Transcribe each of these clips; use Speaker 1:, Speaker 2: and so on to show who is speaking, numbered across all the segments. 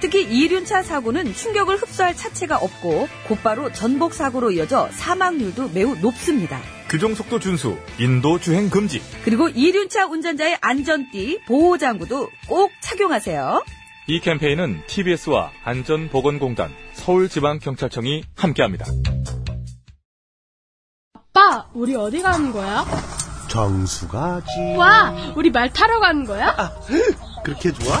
Speaker 1: 특히 이륜차 사고는 충격을 흡수할 차체가 없고 곧바로 전복 사고로 이어져 사망률도 매우 높습니다.
Speaker 2: 규정속도 준수, 인도 주행 금지.
Speaker 1: 그리고 이륜차 운전자의 안전띠, 보호장구도 꼭 착용하세요.
Speaker 2: 이 캠페인은 TBS와 안전보건공단, 서울지방경찰청이 함께합니다.
Speaker 3: 아빠, 우리 어디 가는 거야?
Speaker 4: 정수 가지.
Speaker 3: 와, 우리 말 타러 가는 거야?
Speaker 4: 그렇게 좋아?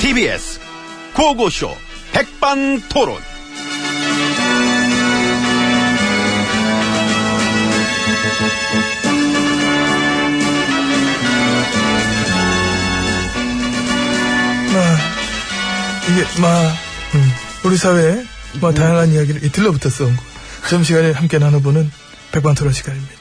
Speaker 5: TBS 고고쇼 백반토론.
Speaker 6: 이게 마 음. 우리 사회에 마
Speaker 7: 음.
Speaker 6: 다양한 이야기를 이틀로 붙어서 온 거. 점심시간에 함께 나눠보는 백반토론 시간입니다.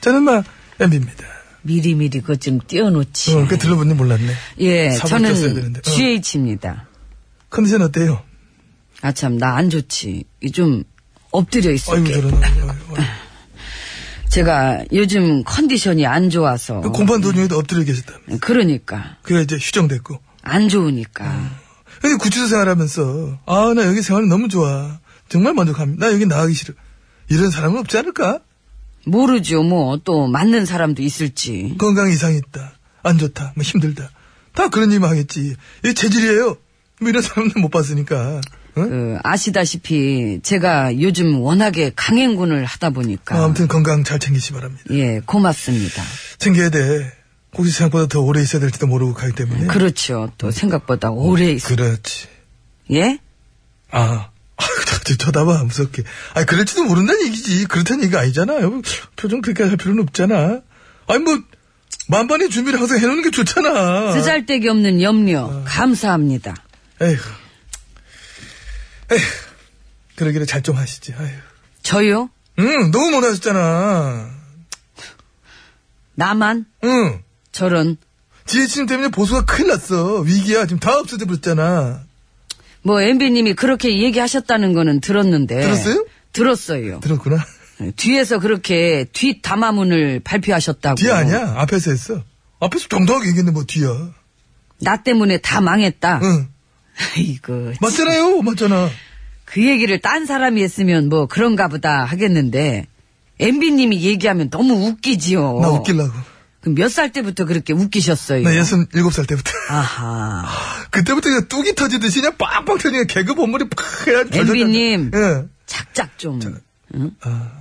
Speaker 6: 저는 마 엠비입니다.
Speaker 7: 미리미리 그거 좀 띄워놓지.
Speaker 6: 어, 그 들러붙는 몰랐네.
Speaker 7: 음. 예,
Speaker 6: 사고 꼈어야
Speaker 7: 저는
Speaker 6: 되는데. 어.
Speaker 7: GH입니다.
Speaker 6: 컨디션 어때요?
Speaker 7: 아참, 나 안 좋지. 이좀 엎드려
Speaker 6: 어이구
Speaker 7: 있을게.
Speaker 6: 저런. 어이구, 어이구.
Speaker 7: 제가 요즘 컨디션이 안 좋아서.
Speaker 6: 그 공판 도중에도 엎드려 계셨다.
Speaker 7: 그러니까.
Speaker 6: 그게 이제 휴정됐고.
Speaker 7: 안 좋으니까.
Speaker 6: 근데 구치소 생활하면서 아 나 여기 생활이 너무 좋아. 정말 만족합니다. 나 여기 나가기 싫어. 이런 사람은 없지 않을까?
Speaker 7: 모르죠, 뭐. 또 맞는 사람도 있을지.
Speaker 6: 건강 이상 있다. 안 좋다. 뭐 힘들다. 다 그런 일만 하겠지. 이게 재질이에요. 뭐 이런 사람들 못 봤으니까. 어? 응?
Speaker 7: 그, 아시다시피 제가 요즘 워낙에 강행군을 하다 보니까.
Speaker 6: 아, 아무튼 건강 잘 챙기시 바랍니다.
Speaker 7: 예, 고맙습니다.
Speaker 6: 챙겨야 돼. 혹시 생각보다 더 오래 있어야 될지도 모르고 가기 때문에.
Speaker 7: 그렇죠. 또 생각보다 오래 있어.
Speaker 6: 네. 그렇지.
Speaker 7: 예?
Speaker 6: 아. 아이고, 저- 쳐다봐, 무섭게. 아니, 그럴지도 모른다는 얘기지. 그렇다는 얘기가 아니잖아. 여보, 표정 그렇게 할 필요는 없잖아. 아니, 뭐, 만반의 준비를 항상 해놓는 게 좋잖아.
Speaker 7: 그 쓰잘데기 없는
Speaker 6: 아.
Speaker 7: 염려. 감사합니다.
Speaker 6: 에휴. 에휴. 그러기를 잘 좀 하시지, 아휴.
Speaker 7: 저요?
Speaker 6: 응, 너무 못하셨잖아.
Speaker 7: 나만?
Speaker 6: 응.
Speaker 7: 저런.
Speaker 6: 지혜씨님 때문에 보수가 큰일 났어. 위기야. 지금 다 없어져 버렸잖아.
Speaker 7: 뭐 MB님이 그렇게 얘기하셨다는 거는 들었는데
Speaker 6: 들었어요?
Speaker 7: 들었어요.
Speaker 6: 들었구나.
Speaker 7: 뒤에서 그렇게 뒷 담화문을 발표하셨다고.
Speaker 6: 뒤 아니야. 앞에서 했어. 앞에서 정당하게 얘기했는데 뭐 뒤야.
Speaker 7: 나 때문에 다 망했다.
Speaker 6: 응.
Speaker 7: 아이고.
Speaker 6: 맞잖아요. 맞잖아.
Speaker 7: 그 얘기를 딴 사람이 했으면 뭐 그런가 보다 하겠는데 MB님이 얘기하면 너무 웃기지요.
Speaker 6: 나 웃기려고.
Speaker 7: 그럼 몇 살 때부터 그렇게 웃기셨어요?
Speaker 6: 나 예순 일곱 살 때부터.
Speaker 7: 아하.
Speaker 6: 그때부터 그냥 뚝이 터지듯이 그냥 빵빵 터지니까 개그 본물이 팍 해야
Speaker 7: MB님.
Speaker 6: 예.
Speaker 7: 작작 좀. 응?
Speaker 6: 아,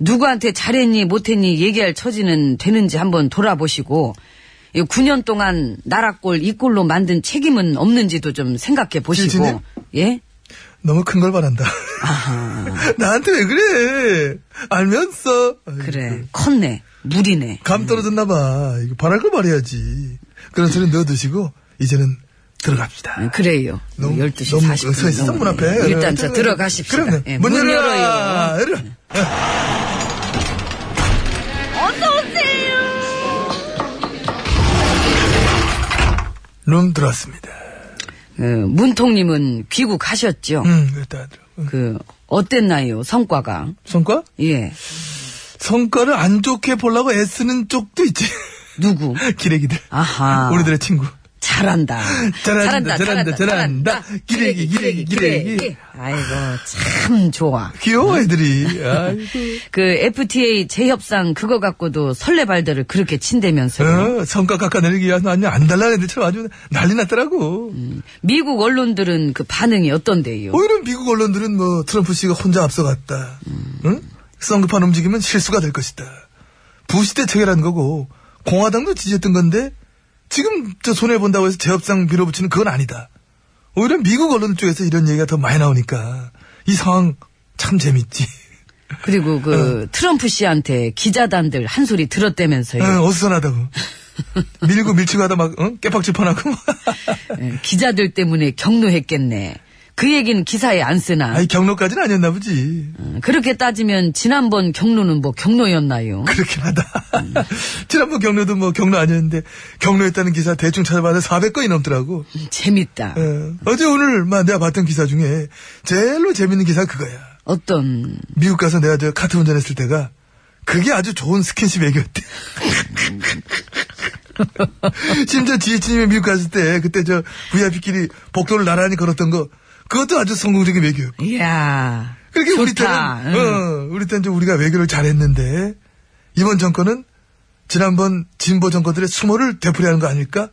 Speaker 7: 누구한테 잘했니 못했니 얘기할 처지는 되는지 한번 돌아보시고 이 9년 동안 나라꼴 이꼴로 만든 책임은 없는지도 좀 생각해
Speaker 6: 지지님?
Speaker 7: 보시고 예?
Speaker 6: 너무 큰 걸 바란다. 나한테 왜 그래. 알면서. 아이고.
Speaker 7: 그래 컸네 무리네
Speaker 6: 감 떨어졌나봐. 이거 바랄 걸 말해야지. 그런 소리 넣어두시고, 이제는 들어갑시다.
Speaker 7: 음, 그래요
Speaker 6: 너무-
Speaker 7: 12시
Speaker 6: 너무 그
Speaker 7: 40분
Speaker 6: 서 있어, 문 앞에. 네,
Speaker 7: 일단 저 들어가십시다
Speaker 6: 그럼요.
Speaker 7: 예,
Speaker 6: 문, 열어요. 네.
Speaker 7: 열어요
Speaker 6: 열어. 룸 들어왔습니다.
Speaker 7: 어, 문통님은 귀국하셨죠
Speaker 6: 음, 일단
Speaker 7: 그 어땠나요 성과가
Speaker 6: 성과?
Speaker 7: 예
Speaker 6: 성과를 안 좋게 보려고 애쓰는 쪽도 있지.
Speaker 7: 누구
Speaker 6: 기레기들.
Speaker 7: 아하
Speaker 6: 우리들의 친구.
Speaker 7: 잘한다.
Speaker 6: 잘한다, 잘한다, 잘한다. 기레기, 기레기, 기레기.
Speaker 7: 아이고, 참 좋아.
Speaker 6: 귀여워, 애들이. 아이,
Speaker 7: 그 FTA 재협상 그거 갖고도 설레발들을 그렇게 친대면서요.
Speaker 6: 어, 성과 깎아내리기 위해서 아니, 안 달라는 애들처럼 아주 난리 났더라고.
Speaker 7: 음, 미국 언론들은 그 반응이 어떤데요?
Speaker 6: 오히려 미국 언론들은 뭐 트럼프 씨가 혼자 앞서갔다. 응? 성급한 움직임은 실수가 될 것이다. 부시 때 체결한 거고 공화당도 지지했던 건데 지금 저 손해 본다고 해서 재협상 밀어붙이는 그건 아니다. 오히려 미국 언론 쪽에서 이런 얘기가 더 많이 나오니까 이 상황 참 재밌지.
Speaker 7: 그리고 그
Speaker 6: 어.
Speaker 7: 트럼프 씨한테 기자단들 한 소리 들었다면서요.
Speaker 6: 응, 어수선하다고. 밀고 밀치고 하다 막 응? 깨팍질판하고. 뭐.
Speaker 7: 예, 기자들 때문에 경로했겠네. 그 얘기는 기사에 안 쓰나.
Speaker 6: 아이 경로까지는 아니었나 보지.
Speaker 7: 음, 그렇게 따지면 지난번 경로는 뭐 경로였나요?
Speaker 6: 그렇긴 하다. 지난번 경로도 뭐 경로 아니었는데 경로했다는 기사 대충 찾아봤는데 400건이 넘더라고.
Speaker 7: 재밌다.
Speaker 6: 어, 제 오늘 막 내가 봤던 기사 중에 제일로 재밌는 기사 그거야.
Speaker 7: 어떤
Speaker 6: 미국 가서 내가 저 카트 운전했을 때가 그게 아주 좋은 스킨십 얘기였대. 심지어 지혜진님이 미국 갔을 때 그때 저 VIP끼리 복도를 나란히 걸었던 거 그것도 아주 성공적인 외교였고.
Speaker 7: 이야
Speaker 6: 그렇게 우리
Speaker 7: 좋다.
Speaker 6: 때는
Speaker 7: 응.
Speaker 6: 어, 우리 때는 좀 우리가 외교를 잘했는데 이번 정권은 지난번 진보 정권들의 수모를 되풀이하는 거 아닐까?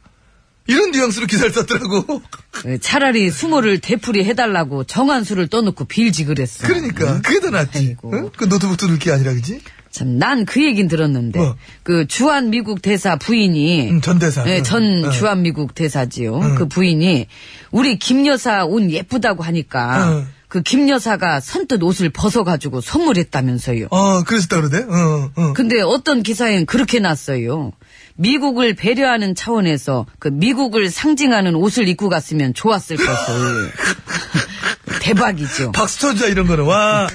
Speaker 6: 이런 뉘앙스로 기사를 썼더라고.
Speaker 7: 그 차라리 수모를 되풀이 해달라고 정한수를 떠놓고 빌지 그랬어.
Speaker 6: 그러니까 그게 더 낫지.
Speaker 7: 아이고.
Speaker 6: 응? 그 노트북 뜯을 게 아니라 그지?
Speaker 7: 참 난 그 얘긴 들었는데
Speaker 6: 뭐?
Speaker 7: 그 주한 미국 대사 부인이
Speaker 6: 응, 음, 전 대사. 음,
Speaker 7: 네,
Speaker 6: 응,
Speaker 7: 전
Speaker 6: 응.
Speaker 7: 주한 미국 대사지요.
Speaker 6: 응.
Speaker 7: 그 부인이 우리 김 여사 옷 예쁘다고 하니까
Speaker 6: 응.
Speaker 7: 그 김 여사가 선뜻 옷을 벗어가지고 선물했다면서요.
Speaker 6: 어, 그랬었다 그러대. 어, 어.
Speaker 7: 근데 어떤 기사엔 그렇게 났어요. 미국을 배려하는 차원에서 그 미국을 상징하는 옷을 입고 갔으면 좋았을 것을. 대박이죠.
Speaker 6: 박수 쳐주자 이런 거는 와.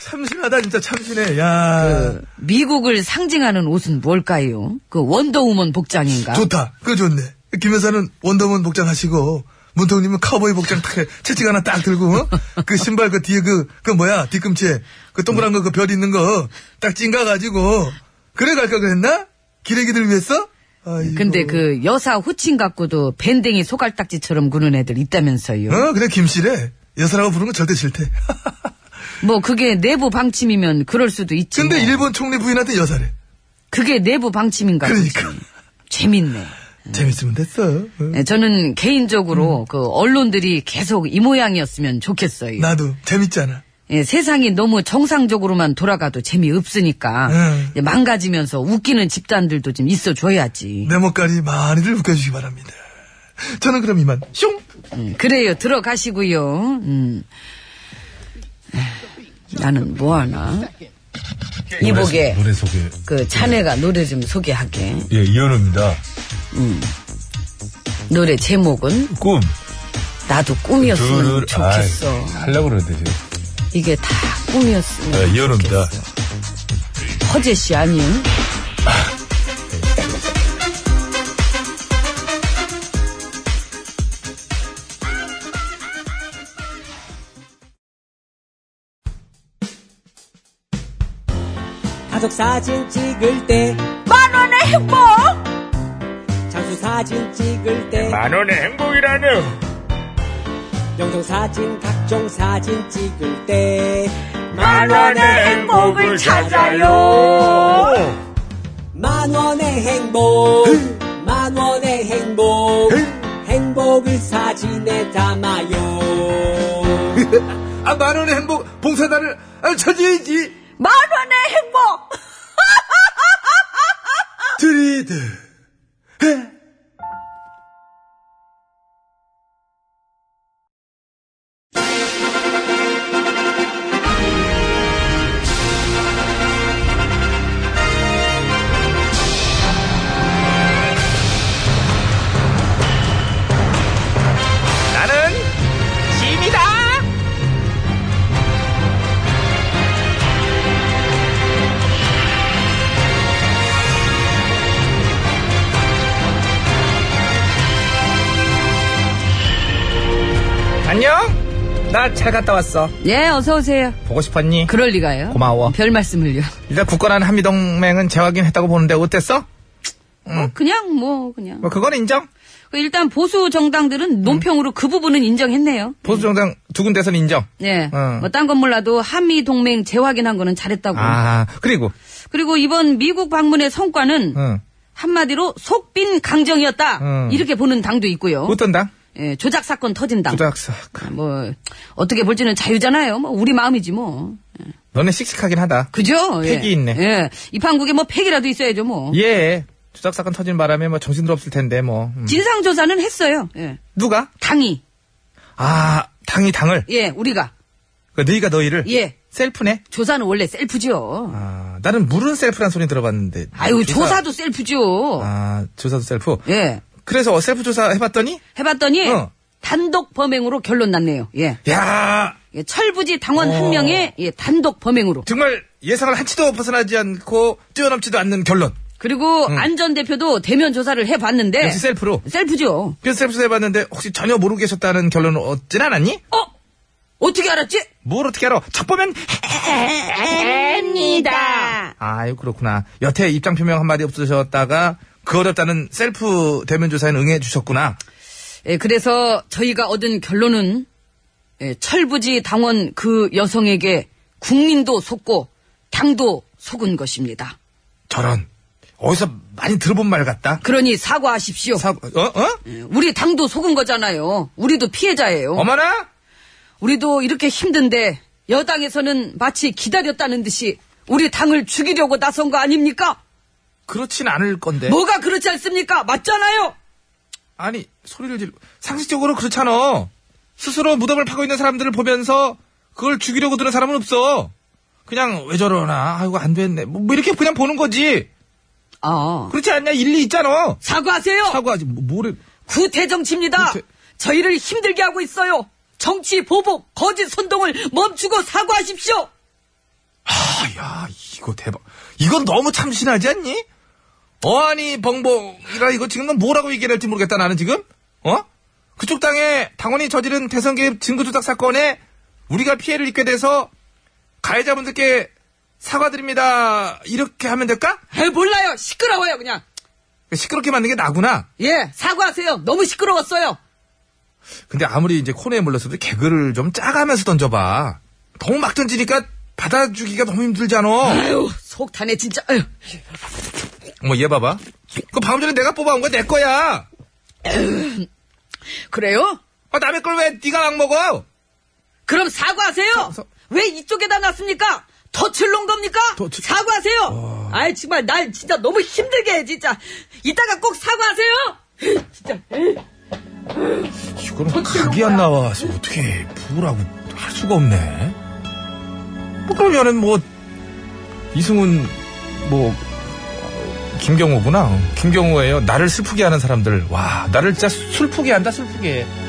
Speaker 6: 참신하다 진짜 참신해. 야.
Speaker 7: 그 미국을 상징하는 옷은 뭘까요? 그 원더우먼 복장인가?
Speaker 6: 아? 좋다. 그거 좋네. 김 여사는 원더우먼 복장 하시고, 문통님은 카우보이 복장 탁, 해. 채찍 하나 딱 들고, 어? 그 신발 그 뒤에 그, 그 뭐야, 뒤꿈치에, 그 동그란 거, 그 별 있는 거, 딱 찡가가지고, 그래 갈까 그랬나? 기레기들 위해서? 아이고.
Speaker 7: 근데 그 여사 호칭 갖고도 밴댕이 소갈딱지처럼 구는 애들 있다면서요.
Speaker 6: 어, 그냥 김씨래. 여사라고 부르는 거 절대 싫대.
Speaker 7: 뭐 그게 내부 방침이면 그럴 수도 있지.
Speaker 6: 근데
Speaker 7: 뭐.
Speaker 6: 일본 총리 부인한테 여사래.
Speaker 7: 그게 내부 방침인가? 보지.
Speaker 6: 그러니까.
Speaker 7: 재밌네.
Speaker 6: 재밌으면 됐어. 어.
Speaker 7: 네, 저는 개인적으로 그 언론들이 계속 이 모양이었으면 좋겠어요.
Speaker 6: 음. 나도. 재밌잖아.
Speaker 7: 예, 세상이 너무 정상적으로만 돌아가도 재미없으니까
Speaker 6: 응.
Speaker 7: 이제 망가지면서 웃기는 집단들도 좀 있어줘야지.
Speaker 6: 내 목걸이 많이들 웃겨주시기 바랍니다. 저는 그럼 이만, 숑!
Speaker 7: 음, 그래요 들어가시고요. 음. 에휴, 나는 뭐하나? 이보게
Speaker 2: 노래 소개.
Speaker 7: 그 자네가 노래 좀 소개하게.
Speaker 2: 예, 이현우입니다.
Speaker 7: 노래 제목은
Speaker 2: 꿈.
Speaker 7: 나도 꿈이었으면 좋겠어.
Speaker 2: 하려고 그러는데 지금.
Speaker 7: 이게 다 꿈이었으면
Speaker 2: 네, 이현우입니다.
Speaker 7: 좋겠어. 허재 씨 아니요?
Speaker 8: 가족 사진 찍을 때
Speaker 1: 만원의 행복!
Speaker 8: 장수 사진 찍을
Speaker 2: 네,
Speaker 8: 때
Speaker 9: 만원의 행복이라뇨.
Speaker 8: 영상 사진 각종 사진 찍을 때
Speaker 9: 만원의 행복을 찾아요.
Speaker 8: 만원의 행복 만원의 행복 행복을 사진에 담아요
Speaker 6: 아, 만원의 행복, 봉사단을, 아, 쳐줘야지.
Speaker 1: 만원의 행복!
Speaker 6: 드리드.
Speaker 9: 나는 짐이다.
Speaker 8: 안녕 나 잘 갔다 왔어
Speaker 7: 예, 어서 오세요.
Speaker 9: 보고 싶었니?
Speaker 7: 그럴 리가요.
Speaker 9: 고마워.
Speaker 7: 별 말씀을요.
Speaker 9: 일단 굳건한 한미동맹은 재확인했다고 보는데 어땠어?
Speaker 7: 어, 그냥 뭐 그냥
Speaker 9: 뭐 그건 인정?
Speaker 7: 일단 보수 정당들은 논평으로 그 부분은 인정했네요.
Speaker 6: 보수정당 두 군데선 인정.
Speaker 7: 예.
Speaker 6: 어.
Speaker 7: 뭐 딴 건 몰라도 한미 동맹 재확인한 거는 잘했다고.
Speaker 6: 아, 그리고,
Speaker 7: 그리고 이번 미국 방문의 성과는
Speaker 6: 어.
Speaker 7: 한마디로 속빈 강정이었다.
Speaker 6: 음.
Speaker 7: 이렇게 보는 당도 있고요.
Speaker 6: 어떤 당?
Speaker 7: 예, 조작 사건 터진 당.
Speaker 6: 조작사.
Speaker 7: 아, 뭐 어떻게 볼지는 자유잖아요. 뭐 우리 마음이지 뭐.
Speaker 6: 너네 씩씩하긴 하다.
Speaker 7: 그죠? 예.
Speaker 6: 팩이 있네.
Speaker 7: 예. 입한국에 뭐 팩이라도 있어야죠 뭐.
Speaker 6: 예. 조작사건 터진 바람에 뭐 정신들 없을 텐데, 뭐. 음.
Speaker 7: 진상 조사는 했어요. 예.
Speaker 6: 누가?
Speaker 7: 당이.
Speaker 6: 아, 당이 당을.
Speaker 7: 예, 우리가.
Speaker 6: 그 너희가 너희를.
Speaker 7: 예.
Speaker 6: 셀프네?
Speaker 7: 조사는 원래 셀프지요.
Speaker 6: 아, 나는 물은 셀프란 소리 들어봤는데.
Speaker 7: 아, 유 조사... 도 셀프죠.
Speaker 6: 아, 조사도 셀프.
Speaker 7: 예.
Speaker 6: 그래서 셀프 조사 해봤더니,
Speaker 7: 해봤더니
Speaker 6: 어.
Speaker 7: 단독 범행으로 결론 났네요. 예.
Speaker 6: 야
Speaker 7: 예, 철부지 당원
Speaker 6: 어.
Speaker 7: 한 명의 예, 단독 범행으로.
Speaker 6: 정말 예상을 한치도 벗어나지 않고 뛰어넘지도 않는 결론.
Speaker 7: 그리고 안전 대표도 대면 조사를 해봤는데
Speaker 6: 음. 역시 셀프로.
Speaker 7: 셀프죠.
Speaker 6: 그래서 셀프 조사 해봤는데, 혹시 전혀 모르고 계셨다는 결론을 얻진 않았니?
Speaker 7: 어? 어떻게 알았지?
Speaker 6: 뭘 어떻게 알아? 첫 보면
Speaker 7: 앱니다.
Speaker 6: 아유 그렇구나. 여태 입장 표명 한마디 없으셨다가 그 어렵다는 셀프 대면 조사에 응해 주셨구나.
Speaker 7: 예, 그래서 저희가 얻은 결론은 예, 철부지 당원 그 여성에게 국민도 속고 당도 속은 것입니다.
Speaker 6: 저런 어디서 많이 들어본 말 같다.
Speaker 7: 그러니 사과하십시오.
Speaker 6: 사, 어 어?
Speaker 7: 예, 우리 당도 속은 거잖아요. 우리도 피해자예요.
Speaker 6: 어머나?
Speaker 7: 우리도 이렇게 힘든데 여당에서는 마치 기다렸다는 듯이 우리 당을 죽이려고 나선 거 아닙니까?
Speaker 6: 그렇진 않을 건데.
Speaker 7: 뭐가 그렇지 않습니까? 맞잖아요.
Speaker 6: 아니 소리를 질. 상식적으로 그렇잖아. 스스로 무덤을 파고 있는 사람들을 보면서 그걸 죽이려고 드는 사람은 없어. 그냥 왜 저러나? 아이고 안 됐네. 뭐, 뭐 이렇게 그냥 보는 거지.
Speaker 7: 아
Speaker 6: 그렇지 않냐? 일리 있잖아.
Speaker 7: 사과하세요.
Speaker 6: 사과하지. 뭐, 뭐래?
Speaker 7: 구태 정치입니다.
Speaker 6: 구태-
Speaker 7: 저희를 힘들게 하고 있어요. 정치 보복 거짓 선동을 멈추고 사과하십시오.
Speaker 6: 야, 이거 대박. 이건 너무 참신하지 않니? 어안이 벙벙이라 이거 지금 난 뭐라고 얘기해야 할지 모르겠다, 나는 지금? 어? 그쪽 당에 당원이 저지른 대선 개입 증거조작 사건에 우리가 피해를 입게 돼서 가해자분들께 사과드립니다. 이렇게 하면 될까?
Speaker 7: 에 몰라요. 시끄러워요 그냥.
Speaker 6: 시끄럽게 만든 게 나구나.
Speaker 7: 예 사과하세요. 너무 시끄러웠어요.
Speaker 6: 근데 아무리 이제 코너에 몰렸어도 개그를 좀 짜가면서 던져봐. 너무 막 던지니까 받아주기가 너무 힘들잖아.
Speaker 7: 아유 속탄에 진짜. 아유.
Speaker 6: 어머, 얘 봐봐. 그 방금 전에 내가 뽑아온 거야, 내 거야.
Speaker 7: 그래요?
Speaker 6: 아, 남의 걸 왜 네가 막 먹어?
Speaker 7: 그럼 사과하세요.
Speaker 6: 사-
Speaker 7: 왜 이쪽에다 놨습니까? 덫을놓은 겁니까?
Speaker 6: 덫을-
Speaker 7: 사과하세요. 아이 정말 날 진짜 너무 힘들게 해 진짜. 이따가 꼭 사과하세요. 진짜.
Speaker 6: 이거는 각이 안 나와서 어떻게 부부라고 할 수가 없네. 뭐 그러면은 뭐 이승훈 뭐 어, 김경호구나. 김경호예요. 나를 슬프게 하는 사람들. 와, 나를 진짜 슬프게 한다, 슬프게.